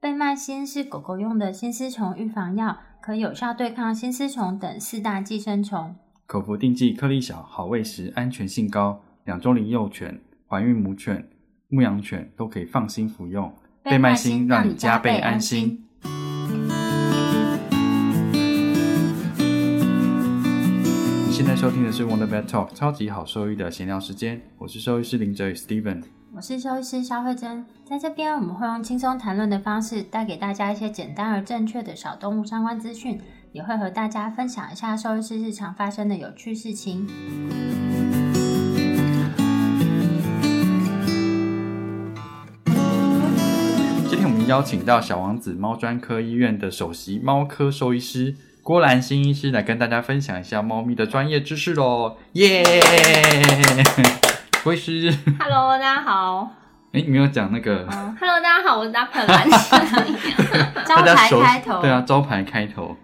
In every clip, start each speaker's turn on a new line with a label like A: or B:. A: 贝麦新是狗狗用的新丝虫预防药，可有效对抗新丝虫等四大寄生虫。
B: 口服定剂颗粒小，好喂食，安全性高，两周龄幼犬、怀孕母犬、牧羊犬都可以放心服用。贝麦新让你加倍安心。你现在收听的是《Wonder Vet Talk》超级好兽医的闲聊时间，我是兽医师林哲宇 Steven。
A: 我是兽医师肖慧珍，在这边我们会用轻松谈论的方式，带给大家一些简单而正确的小动物相关资讯，也会和大家分享一下兽医师日常发生的有趣事情。
B: 今天我们邀请到小王子猫专科医院的首席猫科兽医师郭兰心医师来跟大家分享一下猫咪的专业知识喽，耶、郭医师，
C: Hello，大家好。
B: 哎、你没有讲那 个
C: 嗯 Hello，大家好，我是 Dr. 蓝。
A: 招
B: 大家
A: 牌
B: 熟
A: 开头，
B: 对啊，招牌开头，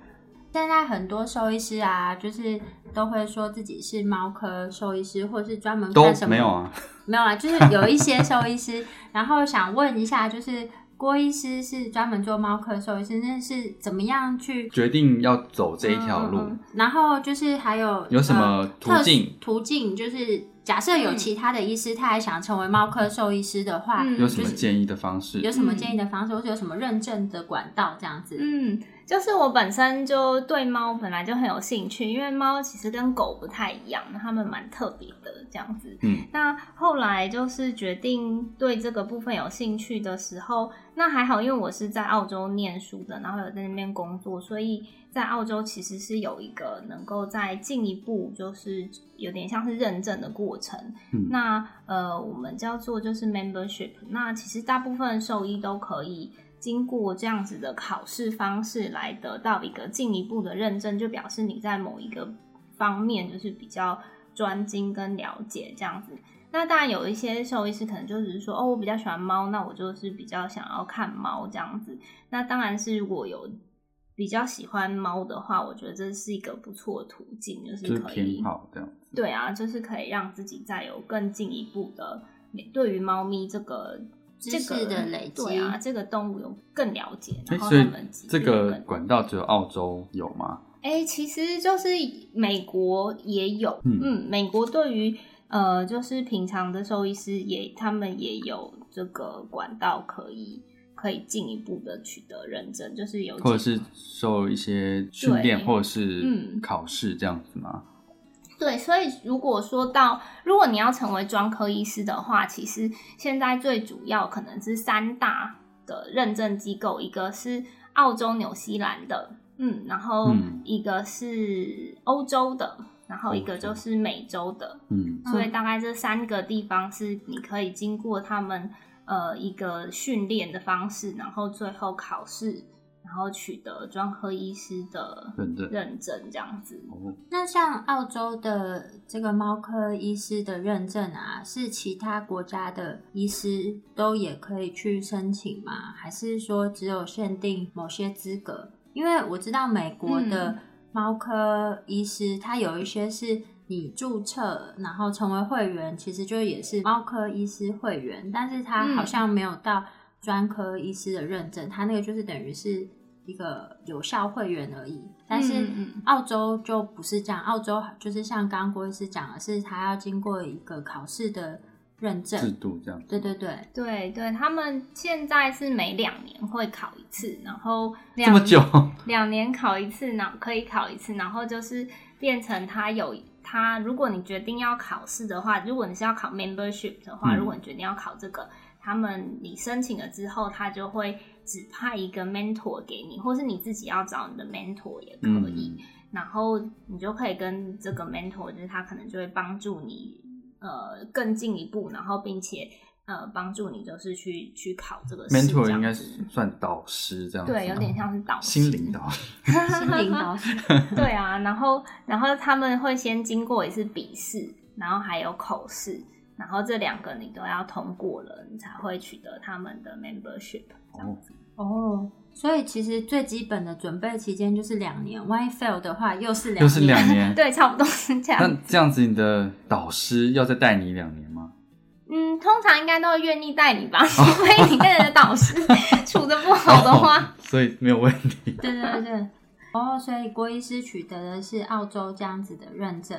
A: 现在很多兽医师啊，就是都会说自己是猫科兽医师，或是专门
B: 都
A: 看什么
B: 没有 啊。
A: 没有啊，就是有一些兽医师。然后想问一下，就是郭医师是专门做猫科兽医师，那是怎么样去
B: 决定要走这一条路，
A: 嗯嗯嗯然后就是还有
B: 有什
A: 呃
B: 么途
A: 特
B: 径？
A: 途径就是假设有
C: 嗯
A: 其他的医师，他也想成为猫科兽医师的话，
C: 嗯
B: 有什么
A: 就是
B: 建议的方式？
A: 有什么
C: 嗯
A: 建议的方式，或者有什么认证的管道这样子？
C: 嗯，就是我本身就对猫本来就很有兴趣，因为猫其实跟狗不太一样，它们蛮特别的这样子。
B: 嗯，
C: 那后来就是决定对这个部分有兴趣的时候，那还好，因为我是在澳洲念书的，然后有在那边工作，所以在澳洲其实是有一个能够再进一步，就是有点像是认证的过程。
B: 嗯
C: 那呃，我们叫做就是 membership，那其实大部分兽医都可以。经过这样子的考试方式来得到一个进一步的认证，就表示你在某一个方面就是比较专精跟了解这样子。那当然有一些兽医师可能就只是说，哦，我比较喜欢猫，那我就是比较想要看猫这样子。那当然是如果有比较喜欢猫的话，我觉得这是一个不错的途径，就
B: 就是是
C: 可以
B: 偏好这样。
C: 对啊，就是可以让自己再有更进一步的对于猫咪这个
A: 知
C: 这
A: 识
C: 个
A: 的累积
C: 对啊，这个动物有更了解，
B: 哎，
C: 然后
B: 所
C: 它
B: 以
C: 们疾
B: 这
C: 病
B: 个
C: 更
B: 管道只有澳洲有吗？
C: 哎、其实就是美国也有，
B: 嗯
C: 嗯美国对于呃，就是平常的兽医师也，他们也有这个管道可以可以进一步的取得认证，就是有
B: 或者
C: 几
B: 是受一些训练，
C: 对
B: 或者是
C: 嗯
B: 考试这样子吗？
C: 对，所以如果说到，如果你要成为专科医师的话，其实现在最主要可能是三大的认证机构，一个是澳洲、纽西兰的，嗯，然后
B: 嗯
C: 一个是欧洲的，然后一个
B: 欧
C: 就
B: 洲
C: 是美洲的，
B: 嗯，
C: 所以大概这三个地方是你可以经过他们呃一个训练的方式，然后最后考试，然后取得专科医师的
B: 认证
C: 认证这样子。
B: 哦，
A: 那像澳洲的这个猫科医师的认证啊，是其他国家的医师都也可以去申请吗？还是说只有限定某些资格？因为我知道美国的
C: 嗯
A: 猫科医师，他有一些是你注册然后成为会员，其实就也是猫科医师会员，但是他
C: 嗯
A: 好像没有到专科医师的认证，他那个就是等于是一个有效会员而已。但是
C: 嗯嗯嗯
A: 澳洲就不是这样，澳洲就是像刚刚郭医师讲的是，他要经过一个考试的认
B: 制
A: 证。
B: 度这样。
A: 对对对，
C: 对对，他们现在是每两年会考一次，然后
B: 这
C: 两
B: 么久，
C: 两年考一次，然后可以考一次，然后就是变成他有他，如果你决定要考试的话，如果你是要考 membership 的话，
B: 嗯
C: 如果你决定要考这个，他们你申请了之后，他就会指派一个 mentor 给你，或是你自己要找你的 mentor 也可以。
B: 嗯，
C: 然后你就可以跟这个 mentor，就是他可能就会帮助你呃更进一步，然后并且呃帮助你就是去去考这个
B: 嗯
C: 试
B: mentor
C: 这样
B: 应该
C: 子
B: 是算导师这样子吗，
C: 对，有点像是导师
B: 心灵导师。
A: 心灵导师。
C: 对啊，然后然后他们会先经过一次笔试，然后还有口试，然后这两个你都要通过了，你才会取得他们的 membership。
B: 哦，
A: 哦，所以其实最基本的准备期间就是两年，万一 fail 的话又是两年。
B: 又是两 年。
C: 对，差不多是这样
B: 那。这样子，你的导师要再带你两年吗？
C: 嗯，通常应该都会愿意带你吧，除非你跟你的导师 处的不好的话。
B: 哦，所以没有问题。
A: 对对对。哦，所以郭医师取得的是澳洲这样子的认证。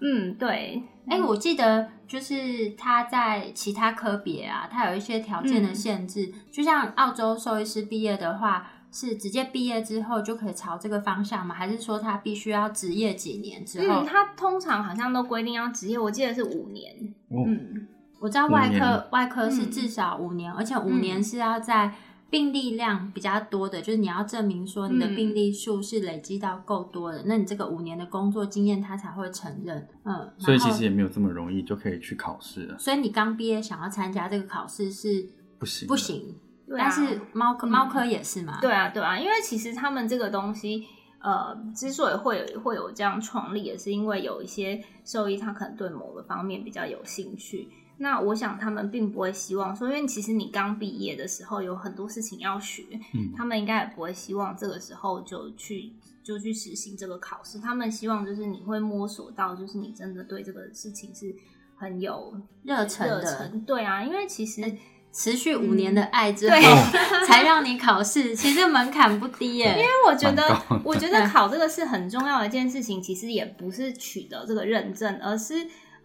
C: 嗯，对，
A: 哎、我记得就是他在其他科别啊，他有一些条
C: 嗯
A: 件的限制，就像澳洲兽医师毕业的话，是直接毕业之后就可以朝这个方向吗？还是说他必须要职业几年之后？
C: 嗯，他通常好像都规定要职业，我记得是五年。
B: 哦，
C: 嗯，
A: 我知道外
B: 五年
A: 科外科是
C: 嗯
A: 至少五年，而且五
C: 嗯
A: 年是要在病例量比较多的，就是你要证明说你的
C: 嗯
A: 病例数是累积到够多的，那你这个五年的工作经验他才会承认。嗯，
B: 所以
A: 然后
B: 其实也没有这么容易就可以去考试了，
A: 所以你刚毕业想要参加这个考试是
B: 不行的
A: 不行，
C: 对啊
A: 但是猫科
C: 嗯
A: 猫科也是嘛，
C: 对啊，对啊，因为其实他们这个东西，呃，之所以会有会有这样创立，也是因为有一些兽医他可能对某个方面比较有兴趣。那我想他们并不会希望说，因为其实你刚毕业的时候有很多事情要学，
B: 嗯，
C: 他们应该也不会希望这个时候就去就去实行这个考试。他们希望就是你会摸索到，就是你真的对这个事情是很有
A: 热忱
C: 热
A: 的
C: 忱。对啊，因为其实
A: 持续五年的爱之后
C: 嗯 对，
A: 才让你考试，其实门槛不低耶。
C: 因为我觉
B: 蛮高
C: 得
B: 的，
C: 我觉得考这个是很重要的一件事情，其实也不是取得这个认证，而是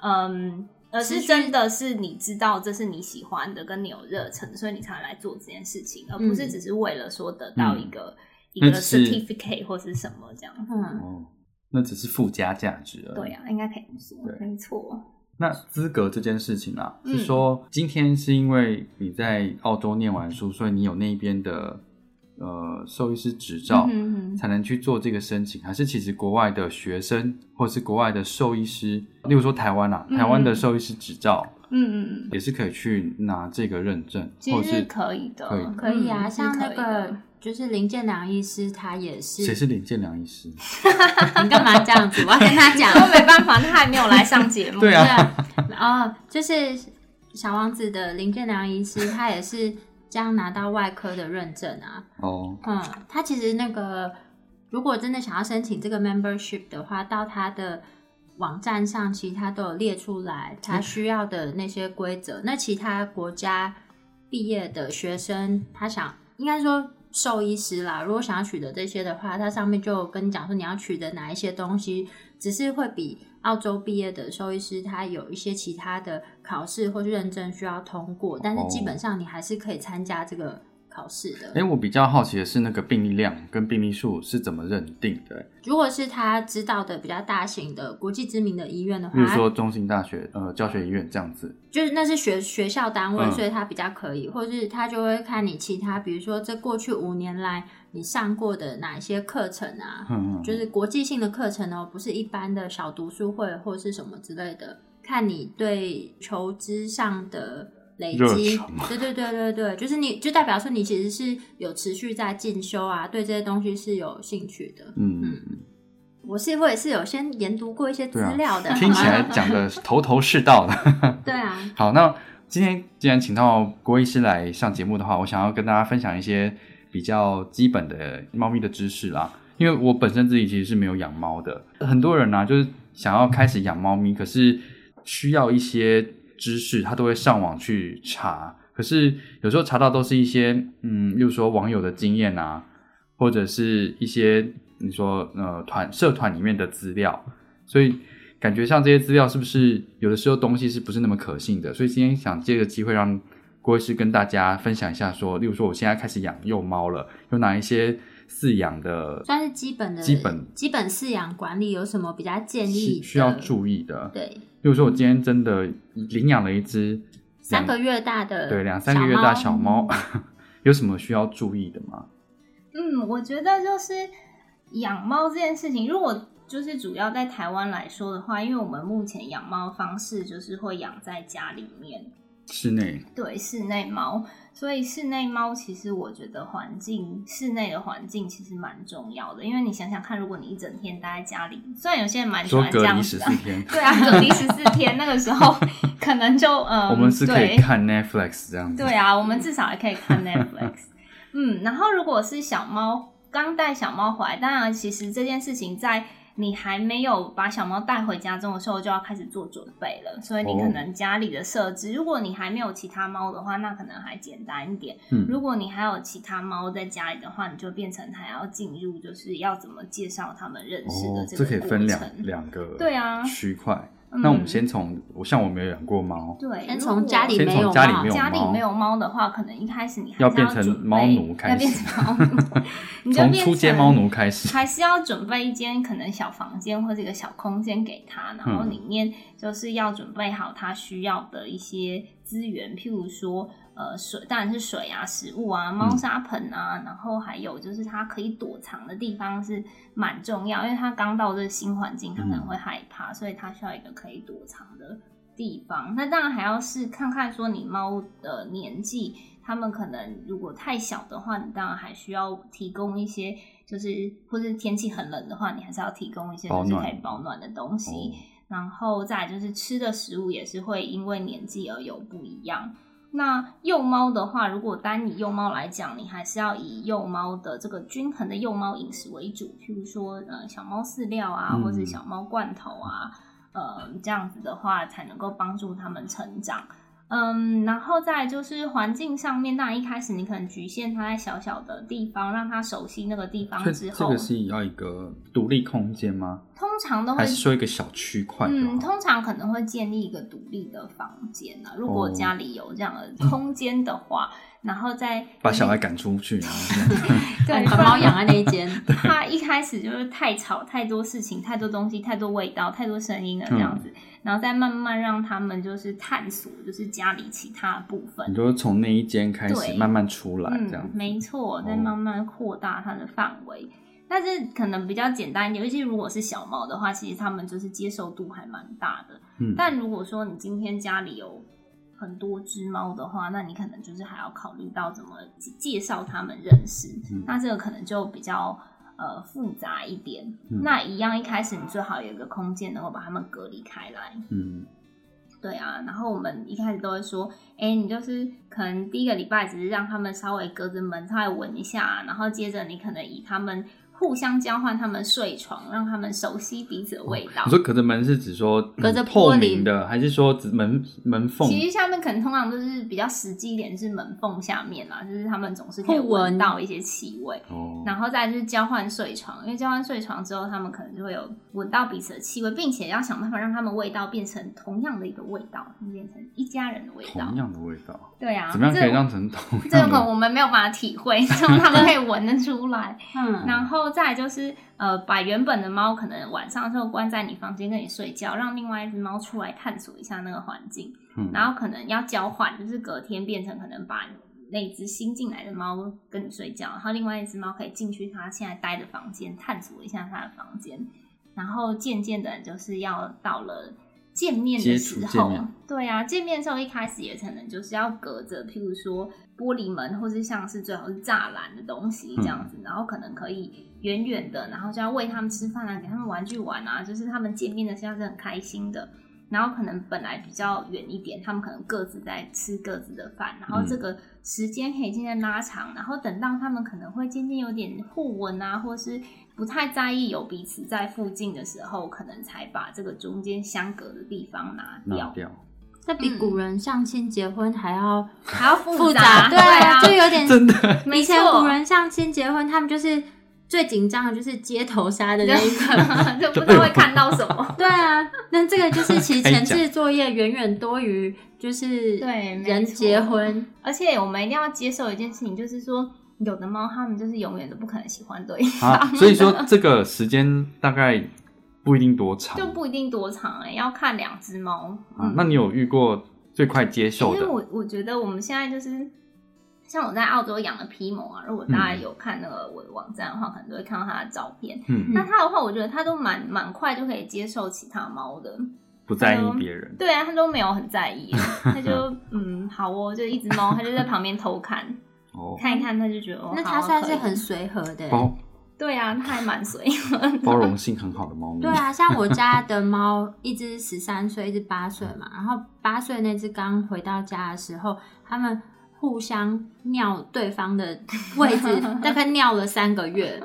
C: 嗯，而
A: 持
C: 是
A: 续
C: 真的是你知道这是你喜欢的，跟你有热忱，所以你才来做这件事情，而不是只是为了说得到一个、一
B: 那
C: 个
B: 只是
C: certificate 或是什么这样。
A: 嗯，
B: 哦，那只是附加价值而已。
C: 对啊呀、应该可以这么说，
B: 对
C: 没错。
B: 那资格这件事情啊，
C: 嗯
B: 是说今天是因为你在澳洲念完书，所以你有那一边的呃兽医师执照，
C: 嗯哼
B: 才能去做这个申请，还是其实国外的学生或是国外的兽医师，例如说台湾啊，
C: 嗯
B: 台湾的兽医师执照
C: 嗯嗯嗯，
B: 也是可以去拿这个认证，
C: 其
B: 或
C: 实
B: 者
C: 是
B: 是
C: 可以的，
B: 可以的
A: 可以啊，
C: 嗯
A: 像那
C: 是可以
A: 个
C: 的
A: 就是林建良医师，他也是。
B: 谁是林建良医师？
A: 你干嘛这样子？我要跟他讲。
C: 都没办法，他还没有来上节 目。
B: 对啊
A: 对，哦，就是小王子的林建良医师，他也是这样拿到外科的认证啊。
B: 哦，
A: 嗯，他其实那个如果真的想要申请这个 membership 的话，到他的网站上其实他都有列出来他需要的那些规则。那其他国家毕业的学生，他想应该说。兽医师啦，如果想要取得这些的话，它上面就有跟你讲说你要取得哪一些东西，只是会比澳洲毕业的兽医师他有一些其他的考试或是认证需要通过，但是基本上你还是可以参加这个考试的。
B: 哎、我比较好奇的是那个病例量跟病例数是怎么认定的、
A: 如果是他知道的比较大型的国际知名的医院的话，
B: 例如嗯说中兴大学呃教学医院这样子，
A: 就是那是学学校单位，
B: 嗯
A: 所以他比较可以，或是他就会看你其他，比如说这过去五年来你上过的哪一些课程啊，
B: 嗯嗯，
A: 就是国际性的课程哦，不是一般的小读书会或是什么之类的，看你对求知上的累
B: 热
A: 积
B: 忱，
A: 对对对对对，就是你就代表说你其实是有持续在进修啊，对这些东西是有兴趣的，
B: 嗯。
A: 我是我也是有先研读过一些资料的，
B: 啊听起来
A: 好吗
B: 讲的头头是道的。
A: 对啊，
B: 好，那今天既然请到郭医师来上节目的话，我想要跟大家分享一些比较基本的猫咪的知识啦。因为我本身自己其实是没有养猫的，很多人呢、啊就是想要开始养猫咪，可是需要一些知识，他都会上网去查。可是有时候查到都是一些，嗯，例如说网友的经验啊，或者是一些你说呃团社团里面的资料，所以感觉上这些资料是不是有的时候东西是不是那么可信的？所以今天想借个机会让郭医师跟大家分享一下说例如说我现在开始养幼猫了，有哪一些饲养的
A: 算是基本的
B: 基本
A: 基本饲养管理有什么比较建议
B: 需
A: 的
B: 需要注意的？
A: 对
B: 例如说我今天真的领养了一只
A: 三个
B: 月
A: 月大的
B: 对两三个月大小
A: 猫，
B: 猫， 有什么需要注意的吗？
C: 嗯，我觉得就是养猫这件事情，如果就是主要在台湾来说的话，因为我们目前养猫方式就是会养在家里面，
B: 室内
C: 对室内猫，所以室内猫其实我觉得环境室内的环境其实蛮重要的，因为你想想看，如果你一整天待在家里，虽然有些人蛮喜
B: 说
C: 欢这
B: 隔
C: 样
B: 离十
C: 子的、
B: 四天。
C: 对啊，隔离十四天那个时候 可能就嗯，
B: 我们是可以
C: 对
B: 看 Netflix 这样子。
C: 对啊，我们至少也可以 看 Netflix。嗯，然后如果是小猫，刚带小猫回来，当然其实这件事情在你还没有把小猫带回家中的时候，就要开始做准备了。所以你可能家里的设置，如果你还没有其他猫的话，那可能还简单一点。
B: 嗯
C: 如果你还有其他猫在家里的话，你就变成还要进入就是要怎么介绍它们认识
B: 哦
C: 的，
B: 这
C: 个
B: 可以
C: 过
B: 分两
C: 程。
B: 两个
C: 对啊
B: 区块。
C: 嗯
B: 那我们先从我像我没有养过猫，
C: 对，
A: 先
C: 如
A: 从
C: 果
A: 家里
B: 先
A: 没
B: 从
A: 有
B: 家里
A: 嘛
B: 没有
C: 家里
B: 猫
C: 没有猫的话，可能一开始你还是
B: 要变成
C: 准备
B: 猫奴开
C: 要变
B: 始
C: 成猫奴， 你就
B: 从
C: 变
B: 初阶
C: 成
B: 猫奴开始。
C: 还是要准备一间可能小房间或者一个小空间给他，然
B: 嗯
C: 后里面就是要准备好他需要的一些资源，譬如说呃水，当然是水啊、食物
B: 嗯
C: 啊、猫砂盆啊，然后还有就是他可以躲藏的地方是蛮重要，因为他刚到这个新环境，他可能会害怕，所以他需要一个可以躲藏的地方。那当然还要是看看说你猫的年纪，它们可能如果太小的话，你当然还需要提供一些，就是或是天气很冷的话，你还是要提供一些
B: 保
C: 就是
B: 暖
C: 可以保暖的东西。
B: 哦
C: 然后再来就是吃的食物也是会因为年纪而有不一样。那幼猫的话，如果单以幼猫来讲，你还是要以幼猫的这个均衡的幼猫饮食为主，譬如说呃小猫饲料啊，
B: 嗯
C: 或是小猫罐头啊，呃这样子的话才能够帮助它们成长。嗯，然后再来就是环境上面，当然一开始你可能局限它在小小的地方，让它熟悉那个地方
B: 所以
C: 之
B: 这
C: 后，
B: 个是要一个独立空间吗？
C: 通常都会
B: 还是说一个小区块就
C: 嗯，
B: 好？
C: 通常可能会建立一个独立的房间啊，如果
B: 哦
C: 家里有这样的空间的话，然后再
B: 把小孩赶出去，然后这样
C: 对
A: 把
C: 不然
A: 猫养在那一间，
C: 怕一开始就是太吵、太多事情、太多东西、太多味道、太多声音了
B: 嗯
C: 这样子，然后再慢慢让他们就是探索，就是家里其他的部
B: 你
C: 分。
B: 就从那一间开始
C: 对
B: 慢慢出来，这样
C: 嗯，
B: 子
C: 没错，再
B: 哦
C: 慢慢扩大它的范围。但是可能比较简单一点，尤其如果是小猫的话，其实它们就是接受度还蛮大的。
B: 嗯，
C: 但如果说你今天家里有很多只猫的话，那你可能就是还要考虑到怎么介介绍它们认识，
B: 嗯
C: 那这个可能就比较呃复杂一点。
B: 嗯
C: 那一样一开始你最好有一个空间能够把它们隔离开来，
B: 嗯
C: 对啊。然后我们一开始都会说，哎、你就是可能第一个礼拜只是让他们稍微隔着门稍微闻一下，然后接着你可能以他们。互相交换他们睡床，让他们熟悉彼此的味道。
B: 哦你说隔着门是指说
A: 隔着
B: 嗯透
A: 玻璃
B: 明的，还是说只门门缝？
C: 其实下面可能通常都是比较实际一点，是门缝下面啦，就是他们总是可以
A: 会闻
C: 闻到一些气味。
B: 哦，
C: 然后再来就是交换睡床，因为交换睡床之后，他们可能就会有闻到彼此的气味，并且要想办法让他们味道变成同样的一个味道，变成一家人的味道
B: 同。样的味道，
C: 对啊，
B: 哦怎么样可以
C: 这
B: 让成同
C: 这
B: 样
C: 个
B: 的？
C: 我们没有办法体会，希望他们可以闻得 出来。
A: 嗯，
C: 然后再来就是呃，把原本的猫可能晚上就关在你房间跟你睡觉，让另外一只猫出来探索一下那个环境。
B: 嗯
C: 然后可能要交换，就是隔天变成可能把那只新进来的猫跟你睡觉，然后另外一只猫可以进去它现在待的房间，探索一下它的房间，然后渐渐的就是要到了。见面
B: 接
C: 的
B: 触
C: 时
B: 见
C: 候
B: 面，
C: 对啊，见面的时候一开始也可能就是要隔着，譬如说玻璃门，或是像是最好是栅栏的东西这
B: 嗯
C: 样子，然后可能可以远远的，然后就要喂他们吃饭啊，给他们玩具玩啊，就是他们见面的时候是很开心的。然后可能本来比较远一点，他们可能各自在吃各自的饭，然后这个时间可以渐渐拉长，然后等到他们可能会渐渐有点互文啊，或是不太在意有彼此在附近的时候，可能才把这个中间相隔的地方拿
B: 拿
C: 掉，
B: 掉，
A: 那比古人相亲结婚还要
C: 还要嗯复
A: 复
C: 杂，
A: 对啊，就有 点
B: 真的
C: 没
A: 以前
C: 错
A: 古人相亲结婚，他们就是最紧张的就是街头杀的那一 刻。
C: 对就不知道会看到什 么。
A: 对啊，那这个就是其实前
B: 可以
A: 置作业远远多于就是
C: 对没
A: 人
C: 错
A: 结婚，
C: 而且我们一定要接受一件事情，就是说有的猫它们就是永远都不可能喜欢对 方，
B: 啊，所以说这个时间大概不一定多长
C: 就不一定多长哎、要看两只猫。嗯
B: 啊。那你有遇过最快接受
C: 因为
B: 的？
C: 我我觉得我们现在就是，像我在澳洲养的皮毛啊，如果大家有看那个我的网站的话，可能都会看到它的照片。
B: 嗯，
C: 那它的话，我觉得它都蛮蛮快就可以接受其他猫的，
B: 不在意别人，
C: 对啊，它都没有很 在意，它就嗯好哦，就一只猫，它就在旁边偷看，
B: 哦，
C: 看一看，它就觉得哦，
A: 那
C: 它
A: 他算是很随和的。
B: 包
C: 对啊，它还蛮随 和的，
B: 包容性很好的猫咪。
A: 对啊，像我家的猫，一只 十三岁，一只八岁嘛。然后八岁那只刚回到家的时候，他们互相尿对方的位 置，大概尿了三个月，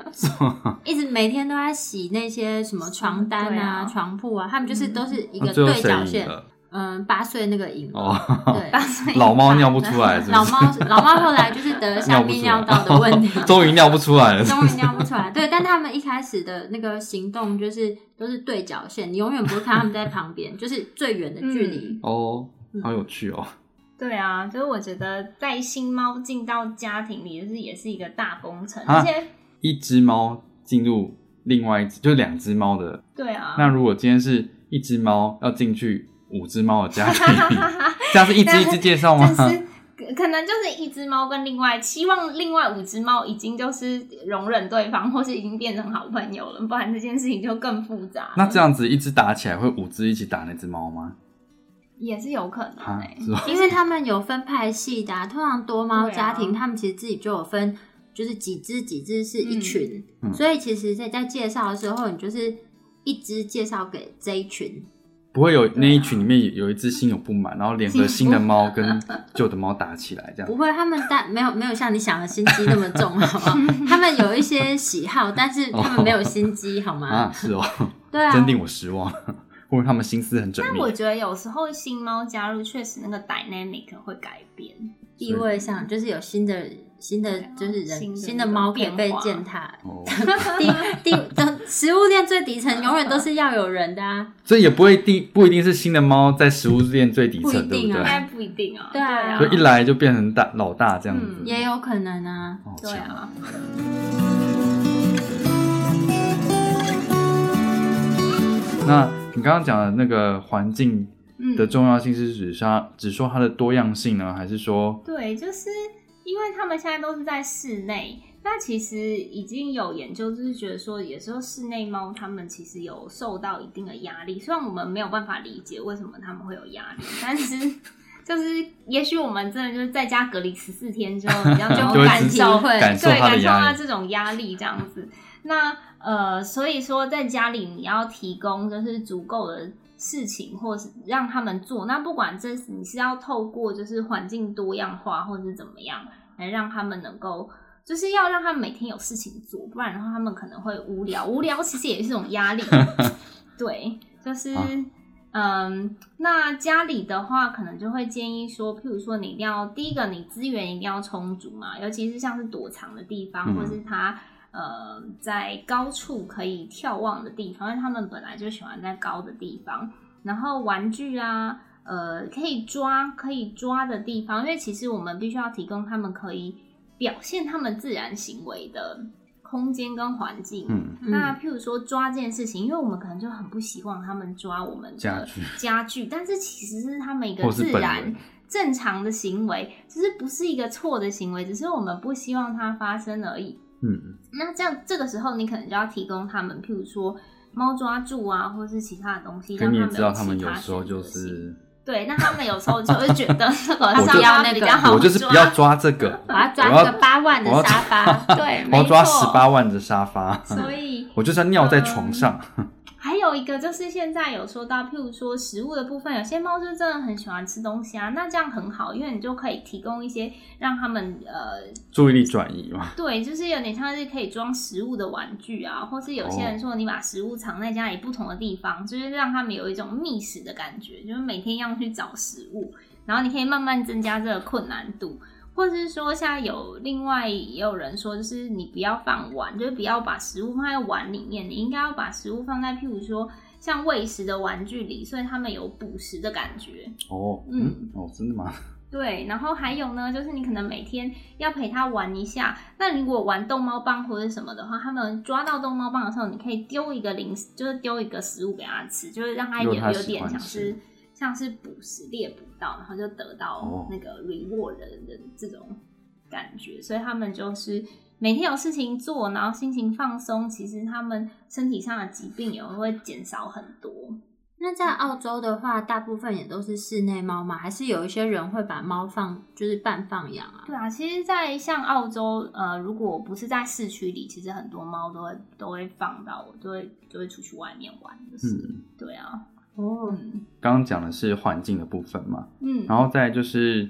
A: 一直每天都在洗那些什么床单啊、
C: 对啊
A: 床铺啊，他们就是都是一
B: 那
A: 个
B: 最后
A: 对
B: 谁
A: 角
B: 赢
A: 线，
B: 了？
A: 嗯，八岁那个赢，
B: 哦，
A: 对，
C: 八岁
B: 老猫尿不出来是不 是
A: 老猫老猫后来就是得下
B: 尿不
A: 泌
B: 出
A: 尿
B: 来，，
A: 道的问题
B: 终于尿不出 来了。
A: 终于尿不出来。对，但他们一开始的那个行动就是都是对角线，你永远不会看他们在旁 边，就是最远的距离。
C: 嗯
B: 哦，好有趣哦。
C: 对啊，就是我觉得带新猫进到家庭里，就是也是一个大工程，
B: 啊
C: 而且
B: 一只猫进入另外一只，就是两只猫的。
C: 对啊，
B: 那如果今天是一只猫要进去五只猫的家庭， 这样是一只一只介绍吗？
C: 但是可可能就是一只猫跟另外，希望另外五只猫已经就是容忍对方，或是已经变成好朋友了，不然这件事情就更复杂。
B: 那这样子一只打起来会五只一起打那只猫吗？
C: 也是有可能
B: 啊
C: 哎、，
B: 是吧？
A: 因为他们有分派系的啊、通常多猫家庭，
C: 对啊
A: 他们其实自己就有分，就是几只几只是一群，
B: 嗯嗯
A: 所以其实在在介绍的时候，你就是一只介绍给这一群，
B: 不会有那一群里面有有一只心有不满，然后联合新的猫跟
C: 啊
B: 旧的猫打起来，这样
A: 不会他们但没有没有像你想的心机那么重，好不 好？他们有一些喜好，但是他们没有心机，好吗？
B: 啊？是哦，
A: 对啊，
B: 真令我失望。或者他们心思很缜
C: 但我
B: 密，
C: 觉得有时候新猫加入，确实那个 dynamic 会改变。
A: 地位上就是有新的新的就是人
C: 啊新的
A: 新的猫可以被
C: 变化
A: 践踏。
B: 哦，
A: 第第的食物链最底层永远都是要有人的啊。
B: 所以也不会定不一定是新的猫在食物链最底层，
A: 不一
B: 对
A: 定
B: 对
A: 啊
C: 应？该不一定啊，
A: 对啊
B: 就一来就变成大老大这样子，
C: 嗯
A: 也有可能啊。
B: 好
C: 对
B: 强哦
C: 啊，
B: 那你刚刚讲的那个环境
C: 嗯
B: 的重要性是指它只说它的多样性呢，还是说
C: 对，就是因为他们现在都是在室内，那其实已经有研究就是觉得说，有时候室内猫它们其实有受到一定的压力，虽然我们没有办法理解为什么它们会有压力，但是。就是，也许我们真的就是在家隔离十四天之 后，比较能
B: 就
C: 够
B: 会
C: 感
B: 知
C: 受
A: 会
B: 感受
C: 对，
B: 它的
C: 感受
B: 压
C: 到
B: 力？
C: 这种压力这样子。那呃，所以说在家里你要提供就是足够的事情，或是让他们做。那不管这是你是要透过就是环境多样化，或是怎么样，来让他们能够。就是要让他们每天有事情做，不然的话他们可能会无聊。无聊其实也是一种压力，对，就是、
B: 啊
C: 嗯，那家里的话，可能就会建议说，譬如说你一定要第一个，你资源一定要充足嘛，尤其是像是躲藏的地方，
B: 嗯
C: 或是它呃在高处可以眺望的地方，因为他们本来就喜欢在高的地方。然后玩具啊，呃，可以抓可以抓的地方，因为其实我们必须要提供他们可以表现他们自然行为的空间跟环境。
B: 嗯，
C: 那
A: 嗯
C: 譬如说抓这件事情，因为我们可能就很不希望他们抓我们的
B: 家具
C: 家具，但是其实是他们一个
B: 或是
C: 自
B: 本
C: 然
B: 人
C: 正常的行为，只是不是一个错的行为，只是我们不希望它发生而已。
B: 嗯，
C: 那这样这个时候，你可能就要提供他们，譬如说猫抓住啊，或是其他的东西，
B: 可
C: 让
B: 你
C: 他
B: 也
C: 们
B: 知道他们
C: 其
B: 有
C: 他
B: 时候
C: 选择
B: 就
C: 性
B: 是
C: 对，那他们有时候就会觉 得这个
B: 我就
C: 沙发比较好抓，
B: 我就是不要抓 这个，
A: 我要抓
B: 我要
A: 这个八万的
B: 我要
A: 沙发，
C: 对，
B: 我要
C: 没
B: 抓十
C: 错嗯
B: 八嗯万的沙发，
C: 所以
B: 我就是要尿在床上。
C: 还有一个就是现在有说到，譬如说食物的部分，有些猫就真的很喜欢吃东西啊，那这样很好，因为你就可以提供一些让他们呃，
B: 注意力转移嘛，
C: 对，就是有点像是可以装食物的玩具啊，或是有些人说你把食物藏在家里不同的地方，就是让他们有一种觅食的感觉，就是每天要去找食物，然后你可以慢慢增加这个困难度。或者是说，现在有另外也有人说，就是你不要放碗，就是不要把食物放在碗里面，你应该要把食物放在譬如说像喂食的玩具里，所以他们有捕食的感觉。
B: 哦，嗯
C: 嗯，
B: 哦，真的吗？
C: 对，然后还有呢，就是你可能每天要陪它玩一下。那如果玩逗猫棒或者什么的话，他们抓到逗猫棒的时候，你可以丢一个零食，就是丢一个食物给它吃，就是让它有
B: 如果它
C: 有
B: 喜
C: 点
B: 欢
C: 像
B: 吃
C: 是像是捕食猎捕到，然后就得
B: 哦
C: 到那个 reward 的的这种感觉。所以他们就是每天有事情做，然后心情放松，其实他们身体上的疾病也会减少很多。
A: 那在澳洲的话，大部分也都是室内猫嘛，还是有一些人会把猫放就是半放养啊？
C: 对啊，其实，在像澳洲，呃，如果不是在市区里，其实很多猫都会都会放到，我都会就会出去外面玩，就是、
B: 嗯，
C: 对啊，
A: 哦，
C: 嗯
B: 刚刚讲的是环境的部分嘛，
C: 嗯，
B: 然后再来就是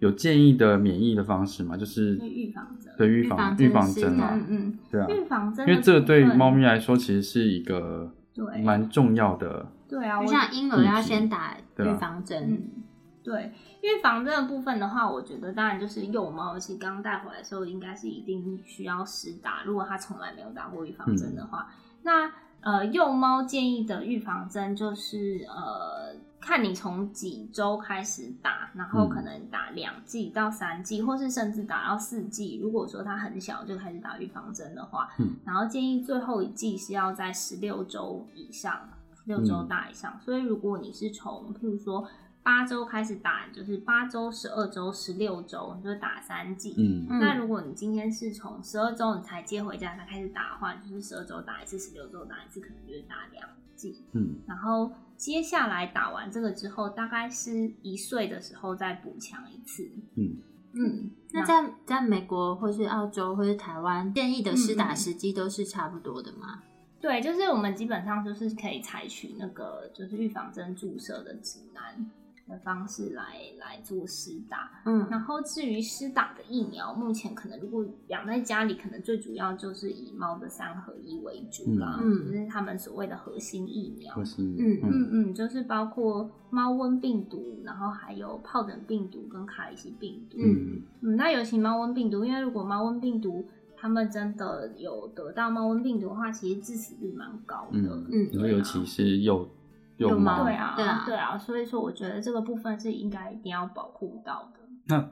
B: 有建议的免疫的方式吗？就是
C: 就预防针
B: 对预防预
A: 预
B: 防
A: 防
B: 针
A: 针
B: 啊
C: 嗯，嗯，
B: 对啊，
C: 预防针
B: 因
C: 的
B: 为
C: 部分，
B: 这个对猫咪来说其实是一个
C: 对
B: 蛮重要的，
C: 对啊，我
A: 就像婴儿要
B: 议题
A: 先打
B: 对啊
A: 预防针，
C: 嗯，对，预防这个部分的话，我觉得当然就是幼猫，其实刚带回来的时候，应该是一定需要施打。如果它从来没有打过预防
B: 嗯
C: 针的话，那呃，幼猫建议的预防针就是呃，看你从几周开始打，然后
B: 嗯
C: 可能打两剂到三剂，或是甚至打到四剂。如果说它很小就开始打预防针的话，
B: 嗯
C: 然后建议最后一剂是要在十六周以上，
B: 嗯
C: 六周大以上。所以如果你是从譬如说八周开始打，就是八周、十二周、十六周，你就打三剂。
B: 嗯
A: 嗯
C: 那如果你今天是从十二周你才接回家才开始打的话，就是十二周打一次，十六周打一次，可能就是打两剂。
B: 嗯
C: 然后接下来打完这个之后，大概是一岁的时候再补强一次。
B: 嗯
C: 嗯，
A: 那在在美国或是澳洲或是台湾建
C: 嗯
A: 议的施打时机都是差不多的吗？
C: 对，就是我们基本上就是可以采取那个就是预防针注射的指南的方式来来做施打。
A: 嗯
C: 然后至于施打的疫苗，目前可能如果养在家里，可能最主要就是以猫的三合一为主啦，
A: 嗯
C: 就是他们所谓的核心疫苗。
B: 或是
A: 嗯
B: 嗯
C: 嗯嗯，就是包括猫瘟病毒，然后还有疱疹病毒跟卡里西病毒。
B: 嗯
C: 嗯，那尤其猫瘟病毒，因为如果猫瘟病毒他们真的有得到猫瘟病毒的话，其实致死率蛮高的。
B: 嗯
A: 嗯
B: 然后尤其是幼幼
A: 幼猫
B: 猫，
C: 啊对啊，
A: 对啊
C: 对啊，所以说我觉得这个部分是应该一定要保护到的。
B: 那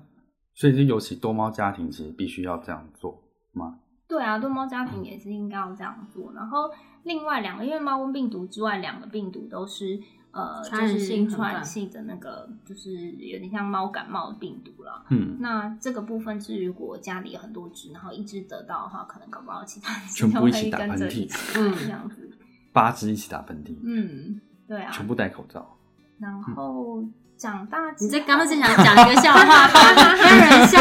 B: 所以是尤其多猫家庭其实必须要这样做，
C: 对啊，多猫家庭也是应该要这样做。然后另外两个，因为猫瘟病毒之外，两个病毒都是呃，
A: 传染性
C: 就是
A: 很
C: 传染
A: 高
C: 性的那个，就是有点像猫感冒的病毒啦。
B: 嗯，
C: 那这个部分，至于如果家里有很多只，然后一只得到的话，可能搞不好其他只
B: 全部一
C: 都
B: 起
C: 会
B: 打
C: 跟
B: 喷
C: 着
B: 嚏
C: 一起
A: 嗯
C: 打这样子。
B: 八只一起打喷嚏，
C: 嗯，对啊。
B: 全部嗯戴口罩，
C: 然后长大之后，
A: 你这刚刚是想讲一个笑话 吧？没有人笑。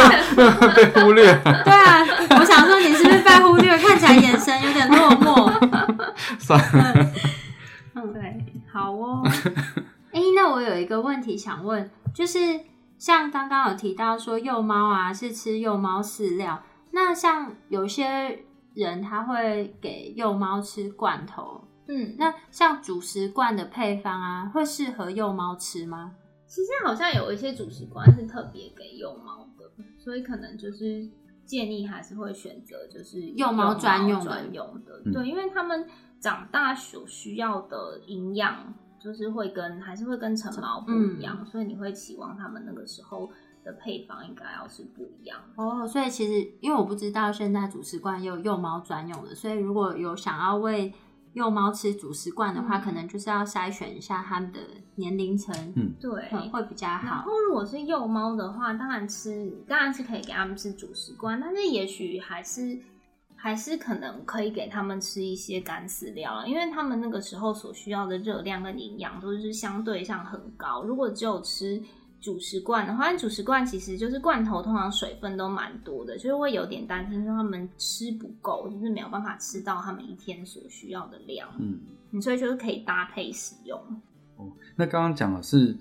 B: 被忽略，
A: 对啊，我想说你是不是被忽略？看起来眼神有点落寞。
B: 算了，
C: 对，好 哦。
A: 哎、那我有一个问题想问，就是像刚刚有提到说幼猫啊是吃幼猫饲料，那像有些人他会给幼猫吃罐头，
C: 嗯，那
A: 那像主食罐的配方啊，会适合幼猫吃吗？
C: 其实好像有一些主食罐是特别给幼猫的，所以可能就是建议还是会选择就是
A: 幼猫专用的
C: 专用的，
B: 嗯
C: 对，因为他们长大所需要的营养就是会跟还是会跟成猫不
A: 嗯
C: 一样，所以你会期望他们那个时候的配方应该要是不一样的。
A: 哦，所以其实因为我不知道现在主食罐也有幼猫专用的，所以如果有想要喂幼猫吃主食罐的话，
C: 嗯
A: 可能就是要筛选一下它们的年龄层，
B: 嗯
C: 对，
A: 嗯，会比较
C: 然
A: 好。
C: 后如果是幼猫的话，当然吃当然是可以给它们吃主食罐，但是也许还是还是可能可以给它们吃一些干饲料啊，因为它们那个时候所需要的热量跟营养都是相对上很高。如果只有吃主食罐的话，主食罐其实就是罐头，通常水分都蛮多的，就是会有点担心说它们吃不够，就是没有办法吃到它们一天所需要的量，
B: 嗯。
C: 嗯所以就是可以搭配使用。
B: 那刚刚讲的是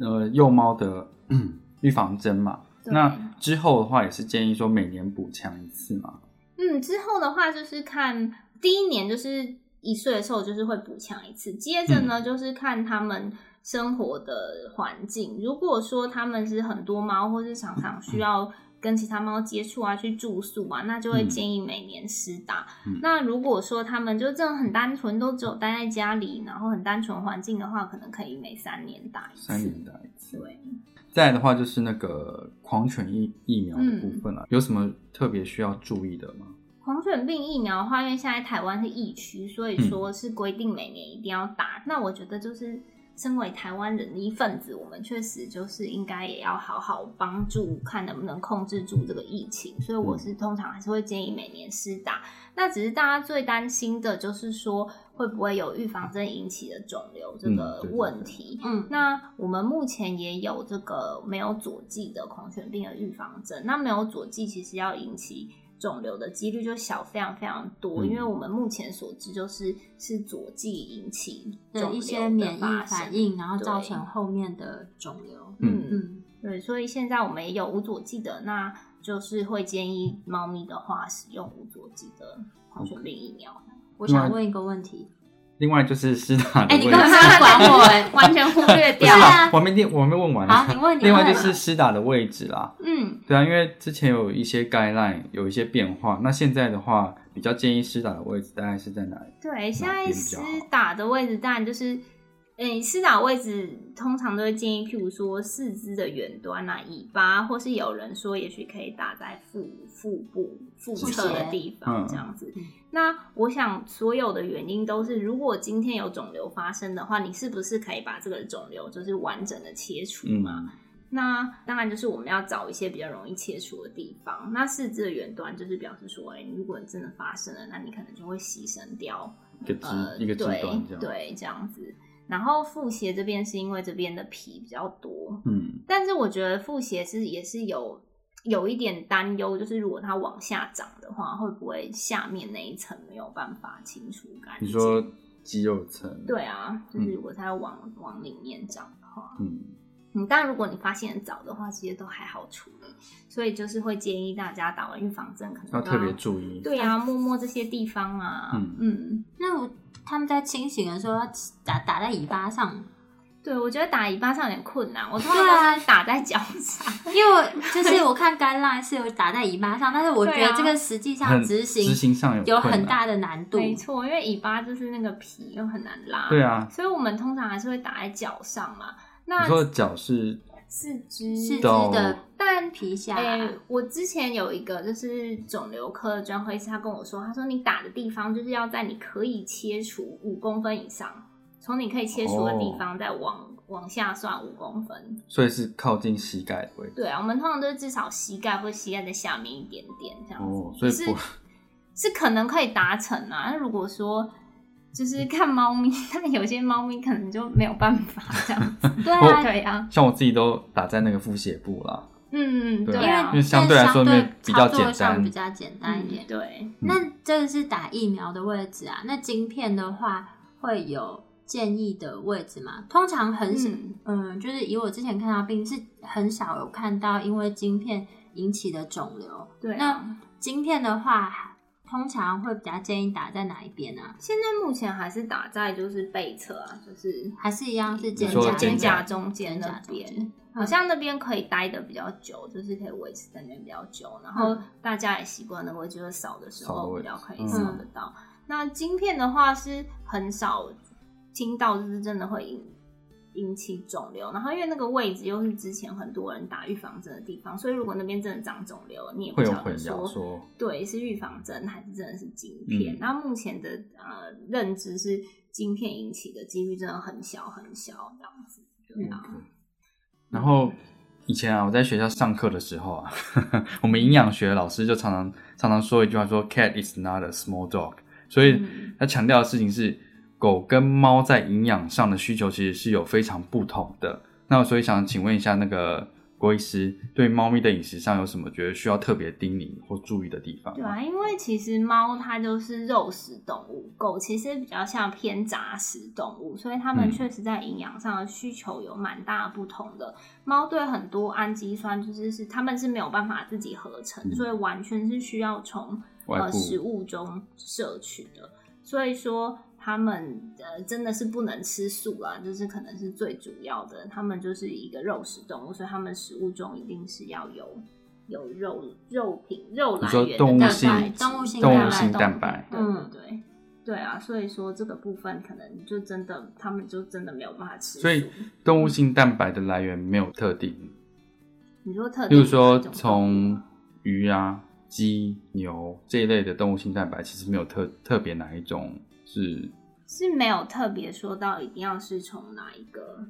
B: 呃幼猫的 嗯预防针嘛，
C: 对
B: 那之后的话也是建议说每年补强一次嘛。
C: 嗯，之后的话就是看第一年就是一岁的时候就是会补强一次，接着
B: 嗯
C: 呢、就是看他们生活的环境。如果说他们是很多猫，或是常常
B: 嗯
C: 需要跟其他猫接触啊，去住宿啊，那就会
B: 嗯
C: 建议每年施打。
B: 嗯
C: 那如果说他们就真的很单纯，都只有待在家里，然后很单纯环境的话，可能可以每三年打一次。
B: 三年打一次，
C: 对，
B: 再来的话就是那个狂犬疫疫苗的部分啊了、有什么特别需要注意的吗？
C: 狂犬病疫苗的话，因为现在台湾是疫区，所
B: 嗯
C: 以说是规定每年一定要打。那我觉得就是身为台湾人的一份子，我们确实就是应该也要好好帮助，看能不能控制住这个疫情。所以
B: 嗯
C: 我是通常还是会建议每年施打。那只是大家最担心的就是说会不会有预防针引起的肿瘤这
B: 嗯
C: 个
B: 对对
C: 问题。
A: 嗯，
C: 那我们目前也有这个没有佐剂的狂犬病的预防针。那没有佐剂，其实要引起肿瘤的几率就小非常非常多，
B: 嗯
C: 因为我们目前所知就是是佐剂引起肿
A: 的
C: 瘤
A: 一些免疫
C: 发
A: 反
C: 生。
A: 应，然后
C: 对
A: 造成后面的肿瘤。
B: 嗯
C: 嗯，
A: 嗯，
C: 对，所以现在我们也有无佐剂的，那就是会建议猫咪的话使用无佐剂的狂犬病疫苗。
A: 我想问一个问题，
B: 另外就是施打的
A: 哎、
B: 问
A: 你
B: 题，
A: 干嘛不管我、哎
C: 完全忽略
B: 不是
C: 掉
A: 对
C: 了。
A: 啊
B: 啦，我还没定，我还没问完
A: 好，
B: 呢。
A: 你问你问。
B: 另外就是施打的位置啦，
C: 嗯，
B: 对啊，因为之前有一些 guideline 有一些变化，那现在的话比较建议施打的位置大概是在哪里？
C: 对，现
B: 哪
C: 在
B: 边比
C: 施
B: 较好
C: 打的位置当然就是，诶、施打位置通常都会建议，譬如说四肢的远端啊、尾巴，或是有人说也许可以打在腹腹部腹
A: 腹
C: 侧的
A: 斜
C: 地方
B: 嗯
C: 这样子。
A: 嗯
C: 那我想所有的原因都是，如果今天有肿瘤发生的话，你是不是可以把这个肿瘤就是完整的切除
B: 嗯
C: 嘛？，那当然就是我们要找一些比较容易切除的地方。那四肢的远端就是表示说，哎、如果真的发生了，那你可能就会牺牲掉
B: 一个
C: 呃
B: 肢一个肢端这
C: 对
B: 样。，
C: 对这样子。然后腹斜这边是因为这边的皮比较多，
B: 嗯，
C: 但是我觉得腹斜是也是有有一点担忧，就是如果它往下长的话，会不会下面那一层没有办法清除干净？
B: 你说肌肉层，
C: 对，啊，就是
B: 嗯
C: 如果它往、往里面长的话，
B: 嗯，
C: 嗯，但如果你发现早的话，其实都还好处理，所以就是会建议大家打完预防针，可能
B: 要
C: 都
B: 特别注意。
C: 对啊，摸摸这些地方啊，
B: 嗯
C: 嗯，
A: 那我他们在清醒的时候要打打在尾巴上，
C: 对，我觉得打尾巴上有点困难，我通常
A: 对啊
C: 都是打在脚 上，
A: 因为我就是我看 guideline 是有打在尾巴上，但是我觉
C: 对
A: 得
C: 啊
A: 这个实际上
B: 很
A: 执行
B: 执行上有
A: 有
B: 困
A: 很
B: 难
A: 大的难度。
C: 没错，因为尾巴就是那个皮又很难拉，
B: 对，啊，
C: 所以我们通常还是会打在脚上嘛。那
B: 你说的脚是
C: 四肢
A: 四肢
B: 到
A: 的
C: 但
A: 皮下，
C: 诶、我之前有一个就是肿瘤科的专科医师，他跟我说，他说你打的地方就是要在你可以切除五公分以上，从你可以切除的
B: 哦
C: 地方再往、往下算五公分。
B: 所以是靠近膝盖的位置
C: 对啊，我们通常都是至少膝盖或膝盖的下面一点点这样子。
B: 哦，所以
C: 是
B: 不
C: 是可能可以达成啊。那如果说
B: 嗯
C: 就是看猫咪， 但有些猫咪可能就没有办法这样子。
A: 对
B: 哦
A: 啊，
C: 对啊，
B: 像我自己都打在那个腹斜部啦。
C: 嗯，
B: 对
C: 对
A: 因
C: 啊，
B: 因为
A: 为
B: 相对来说
A: 相
B: 比
A: 操
B: 较
A: 作
B: 简
A: 上
B: 单
A: 比较简单一点
C: 嗯。对。
A: 那这个是打疫苗的位置啊，那晶片的话会有建议的位置吗？通常很少，
C: 嗯
A: 嗯，就是以我之前看到的病是很少有看到因为晶片引起的肿瘤。
C: 对啊
A: 那晶片的话，通常会比较建议打在哪一边啊？
C: 现在目前还是打在就是背侧啊，就是
A: 还是一样是
B: 你
A: 肩
B: 说
A: 胛
B: 肩
C: 胛
B: 胛
C: 中
A: 肩
C: 间那
A: 胛中
C: 边
A: 间，，
C: 好像那边可以待的比较久，就是可以维持在那边比较久，然后大家也习惯了，我觉得扫的时
B: 扫的
C: 候
B: 位
C: 比
B: 置
C: 较可以
B: 嗯
C: 扫得到。那晶片的话是很少听到，就是真的会引引起肿瘤，然后因为那个位置又是之前很多人打预防针的地方，所以如果那边真的长肿瘤，你也不
B: 会有
C: 晓
B: 混
C: 得
B: 淆，说
C: 对，是预防针还是真的是晶片？
B: 嗯
C: 那目前的呃认知是晶片引起的几率真的很小很小，这样子。对啊，
B: 然后以前啊，我在学校上课的时候啊， 我们营养学老师就常常常常说一句话说，cat is not a small dog，所以
C: 嗯
B: 他强调的事情是，狗跟猫在营养上的需求其实是有非常不同的。那所以想请问一下那个。郭医师对猫咪的饮食上有什么觉得需要特别叮咛或注意的地方吗？
C: 对啊，因为其实猫它就是肉食动物，狗其实比较像偏杂食动物，所以它们
B: 嗯
C: 确实在营养上的需求有蛮大的不同的。猫对很多氨基酸就是是它们是没有办法自己合成，
B: 嗯
C: 所以完全是需要从
B: 外
C: 呃
B: 部
C: 食物中摄取的。所以说他们呃真的是不能吃素啦，就是可能是最主要的，他们就是一个肉食动物，所以他们食物中一定是要有有肉肉品肉来
B: 说
C: 源的
B: 动物
C: 蛋
B: 性
C: 白质
A: 动物性
B: 动物
C: 蛋白
B: 性蛋
C: 质
B: 白
C: 对
A: 嗯
C: 对对。对啊，所以说这个部分可能就真的，他们就真的没有办法吃素。
B: 所以动物性蛋白的来源没有特定，
C: 你说特定
B: 例
C: 哪
B: 如
C: 种
B: 说
C: 动物吗，
B: 从鱼啊、鸡、牛这一类的动物性蛋白，其实没有特特别哪一种是
C: 是没有特别说到一定要是从哪一个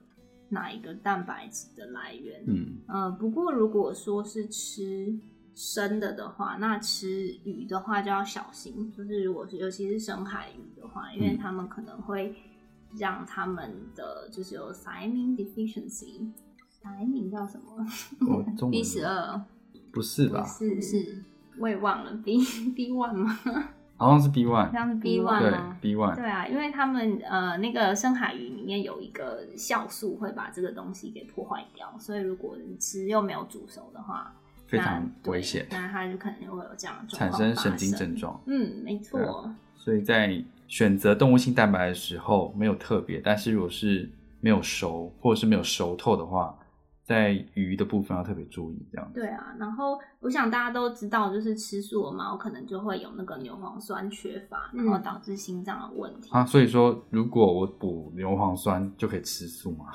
C: 哪一个蛋白质的来源，
B: 嗯
C: 呃，不过如果说是吃生的的话，那吃鱼的话就要小心，就是如果是尤其是深海鱼的话，因为
B: 嗯
C: 他们可能会让他们的就是有 thiamine deficiency，thiamine 叫什么
B: 哦中文
A: B 十二
B: 不是吧？
C: 是
A: 是
C: 我也忘了 B B one 吗？
B: 好像是 B one，
C: 像是 B
A: B1
C: one
B: 对
C: 吗？
B: B one，
C: 对啊，因为他们呃那个深海鱼里面有一个酵素会把这个东西给破坏掉，所以如果你吃又没有煮熟的话，
B: 非
C: 那
B: 常
C: 对
B: 危险，
C: 那它就可能会有这样的状
B: 产
C: 况
B: 生
C: 发
B: 神经症状。
C: 嗯，没
B: 对啊
C: 错，
B: 所以在选择动物性蛋白的时候没有特别，但是如果是没有熟或者是没有熟透的话，在鱼的部分要特别注意。这样
C: 对啊。然后我想大家都知道，就是吃素的猫可能就会有那个牛磺酸缺乏，然后
A: 嗯
C: 导致心脏的问题。
B: 啊，所以说如果我补牛磺酸就可以吃素吗？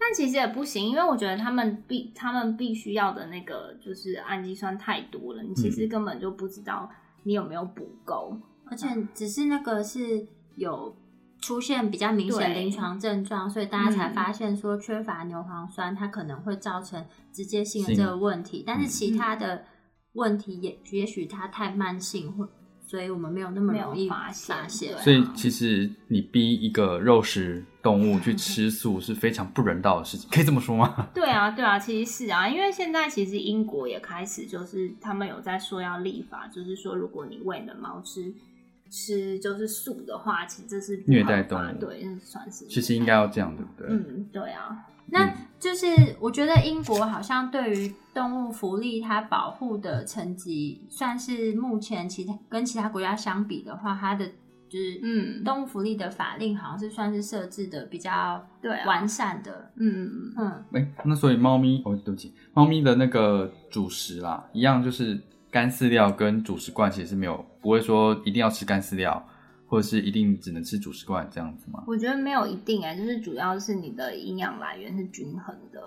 C: 但其实也不行，因为我觉得他们必他们必须要的那个就是氨基酸太多了，你
B: 嗯
C: 其实根本就不知道你有没有补够。
A: 而且只是那个是有出现比较明显
C: 对
A: 临床症状，所以大家才
C: 嗯
A: 发现说缺乏牛磺酸，它可能会造成直接性的
B: 性
A: 这个问题。但是其
C: 嗯
A: 他的问题也也许它太慢性，或所以我们没有那么
C: 没有
A: 容易
C: 发现
A: 现
C: 对啊。
B: 所以其实你逼一个肉食动物去吃素是非常不人道的事情，可以这么说吗？
C: 对啊，对啊，其实是啊，因为现在其实英国也开始就是他们有在说要立法，就是说如果你喂你的猫吃吃就是素的话，其实这是不
B: 虐待
C: 合法
B: 动物
C: 对，这算是
B: 其实应该要这样，对不对？
C: 嗯，对啊，
A: 那就是我觉得英国好像对于动物福利它保护的层级，算是目前其他跟其他国家相比的话，它的就是
C: 嗯
A: 动物福利的法令好像是算是设置的比较
C: 对啊
A: 完善的，
C: 嗯，
A: 嗯，
B: 哎、那所以猫咪，哦，对不起，猫咪的那个主食啦，一样就是干饲料跟主食罐，其实是没有不会说一定要吃干饲料，或者是一定只能吃主食罐这样子嘛。
C: 我觉得没有一定哎、就是主要是你的营养来源是均衡的。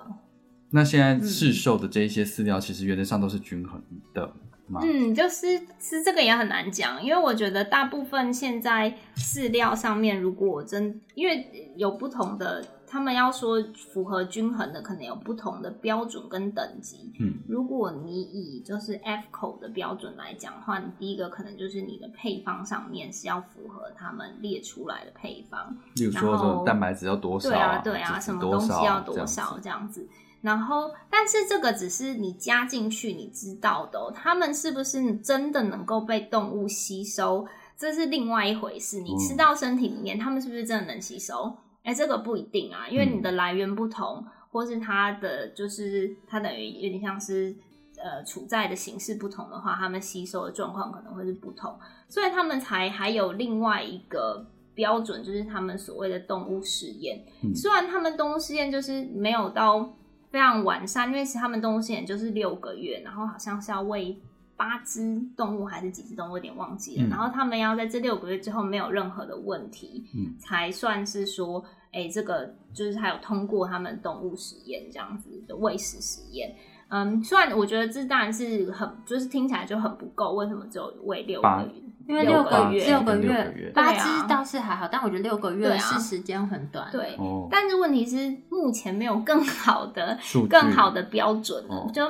B: 那现
C: 嗯
B: 在市售的这一些饲料，其实原则上都是均衡的嘛。
C: 嗯，就是吃这个也很难讲，因为我觉得大部分现在饲料上面，如果我真因为有不同的，他们要说符合均衡的，可能有不同的标准跟等级。
B: 嗯，
C: 如果你以就是 F 口的标准来讲的话，你第一个可能就是你的配方上面是要符合他们列出来的配方，
B: 例如说
C: 然
B: 这
C: 后
B: 种蛋白质要多少、
C: 对啊，对
B: 脂
C: 啊，
B: 质
C: 什么
B: 多
C: 东西
B: 少
C: 要
B: 这
C: 多
B: 样子
C: 少这样子。然后，但是这个只是你加进去你知道的、哦，他们是不是真的能够被动物吸收，这是另外一回事。你吃
B: 嗯
C: 到身体里面，他们是不是真的能吸收？哎，这个不一定啊，因为
B: 嗯
C: 你的来源不同，或是它的就是它等于有点像是呃处在的形式不同的话，他们吸收的状况可能会是不同。所以他们才还有另外一个标准，就是他们所谓的动物实验。
B: 嗯
C: 虽然他们动物实验就是没有到非常完善，因为其实他们动物实验就是六个月，然后好像是要喂八只动物还是几只动物，我有点忘记了。
B: 嗯
C: 然后他们要在这六个月之后没有任何的问题，
B: 嗯
C: 才算是说。哎、这个就是还有通过他们动物实验这样子的喂食实验，嗯，虽然我觉得这当然是很，就是听起来就很不够，为什么只有喂六
B: 八
C: 个月？
A: 因为
C: 六
A: 六
C: 个
A: 个
C: 月
A: 月
B: 六
A: 六
B: 个
A: 个
B: 月
A: 月
C: 对
A: 八
C: 啊
A: 只倒是还好，但我觉得六个
C: 对
A: 月
C: 啊
A: 是时间很短，
C: 对，
B: 哦，
C: 但是问题是目前没有更好的
B: 数、据
C: 更好的标准了，
B: 哦
C: 就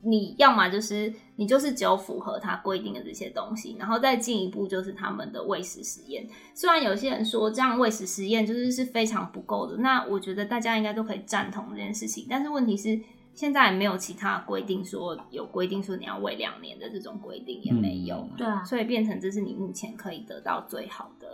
C: 你要么就是你就是只有符合它规定的这些东西，然后再进一步就是他们的喂食实验。虽然有些人说这样喂食实验就是是非常不够的，那我觉得大家应该都可以赞同这件事情，但是问题是。现在也没有其他规定说有规定说你要喂两年的这种规定也没有，
B: 嗯
A: 对啊，
C: 所以变成这是你目前可以得到最好的。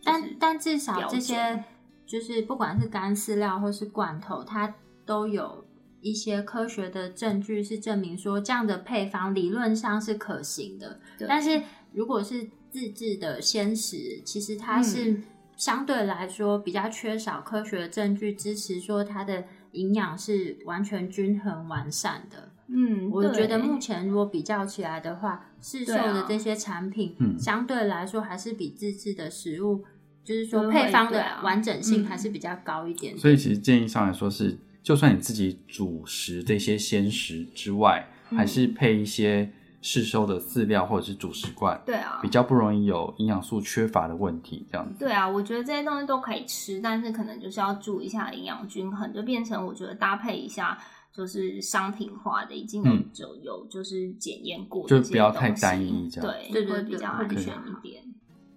C: 就
A: 但
C: 是
A: 但至少
C: 标
A: 这
C: 准
A: 些就是不管是干饲料或是罐头，它都有一些科学的证据是证明说这样的配方理论上是可行的。
C: 对
A: 但是如果是自制的鲜食，其实它
C: 嗯
A: 是相对来说比较缺少科学的证据支持说它的营养是完全均衡完善的。
C: 嗯，
A: 我觉得
C: 对
A: 目前如果比较起来的话，市售
C: 对啊
A: 的这些产品，
B: 嗯
A: 相对来说还是比自制的食物，就是
C: 都
A: 说
C: 会
A: 配方
C: 对
A: 的
C: 啊
A: 完整
C: 嗯
A: 性还是比较高一点的。
B: 所以其实建议上来说是，就算你自己主食这些鲜食之外，
C: 嗯
B: 还是配一些市售的饲料或者是主食罐，
C: 对啊，
B: 比较不容易有营养素缺乏的问题。这样子，
C: 对啊，我觉得这些东西都可以吃，但是可能就是要注意一下营养均衡，就变成我觉得搭配一下就是商品化的，已经有、
B: 嗯
C: 有有就是检验过
B: 就
C: 这些东西，
B: 不要太单一这样
C: 对
A: 对对
C: 会
A: 对
C: 比较
A: 会
C: 安
A: 比
C: 全
A: 较
C: 一点。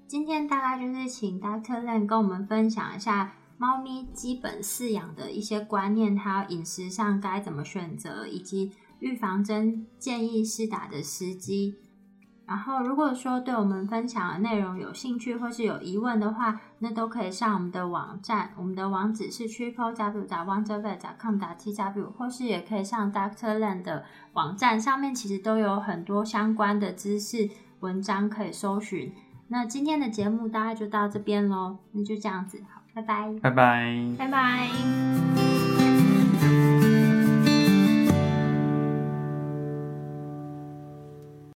A: 今天大概就是请 Dr. Len 跟我们分享一下猫咪基本饲养的一些观念，还有饮食上该怎么选择，以及预防针建议施打的时机。然后，如果说对我们分享的内容有兴趣或是有疑问的话，那都可以上我们的网站，我们的网址是 triple w wondervet com t w，或是也可以上 Doctor Land 的网站，上面其实都有很多相关的知识文章可以搜寻。那今天的节目大概就到这边喽，那就这样子，好，拜拜，
B: 拜拜。
C: 拜拜。